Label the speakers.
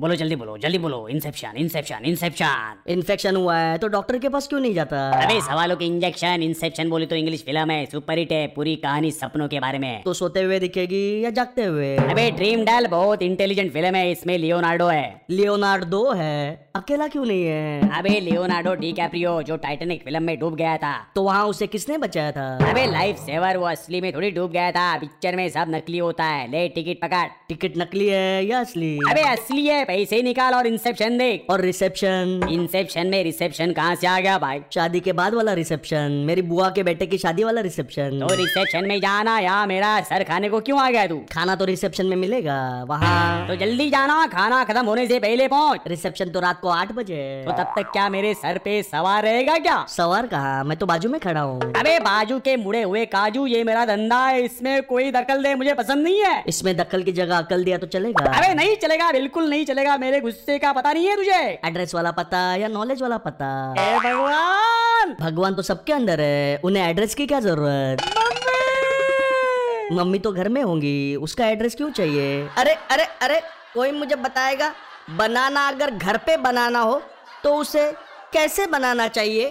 Speaker 1: बोलो जल्दी बोलो जल्दी बोलो इंसेप्शन इंसेप्शन इंसेप्शन
Speaker 2: इन्फेक्शन हुआ है तो डॉक्टर के पास क्यों नहीं जाता
Speaker 1: अबे सवालों के इंजेक्शन इंसेप्शन बोली तो इंग्लिश फिल्म है सुपर हिट है पूरी कहानी सपनों के बारे में है।
Speaker 2: तो सोते हुए दिखेगी या जागते हुए
Speaker 1: अबे ड्रीम डल बहुत इंटेलिजेंट फिल्म है इसमें लियोनार्डो है
Speaker 2: लियोनार्डो है अकेला क्यों नहीं है
Speaker 1: अबे लियोनार्डो डी कैप्रियो जो टाइटेनिक फिल्म में डूब गया था
Speaker 2: तो वहाँ उसे किसने बचाया था
Speaker 1: अबे लाइफ सेवर वो असली में थोड़ी डूब गया था पिक्चर में सब नकली होता है ले टिकट पकड़
Speaker 2: टिकट नकली है या असली
Speaker 1: अबे असली है पैसे निकाल और इंसेप्शन देख
Speaker 2: और रिसेप्शन
Speaker 1: इंसेप्शन में रिसेप्शन कहाँ से आ गया भाई तो
Speaker 2: शादी के बाद वाला रिसेप्शन मेरी बुआ के बेटे की शादी वाला रिसेप्शन
Speaker 1: तो रिसेप्शन में जाना यहाँ मेरा सर खाने को क्यों आ गया तू
Speaker 2: खाना तो रिसेप्शन में मिलेगा वहाँ
Speaker 1: तो जल्दी जाना खाना खत्म होने से पहले पहुँच
Speaker 2: रिसेप्शन तो रात को आठ बजे है।
Speaker 1: तो तब तक क्या मेरे सर पे सवार रहेगा क्या
Speaker 2: सवार कहा मैं तो बाजू में खड़ा हूँ
Speaker 1: अबे बाजू के मुड़े हुए काजू ये मेरा धंधा है इसमें कोई दखल दे मुझे पसंद नहीं है
Speaker 2: इसमें दखल की जगह अकल दिया तो चलेगा
Speaker 1: अबे नहीं चलेगा बिल्कुल नहीं चलेगा मेरे गुस्से का पता नहीं है तुझे
Speaker 2: एड्रेस वाला पता या नॉलेज वाला पता
Speaker 1: हे भगवान
Speaker 2: भगवान तो सबके अंदर है उन्हें एड्रेस की क्या जरूरत मम्मी तो घर में होंगी उसका एड्रेस क्यों चाहिए अरे अरे अरे कोई मुझे बताएगा बनाना अगर घर पे बनाना हो तो उसे कैसे बनाना चाहिए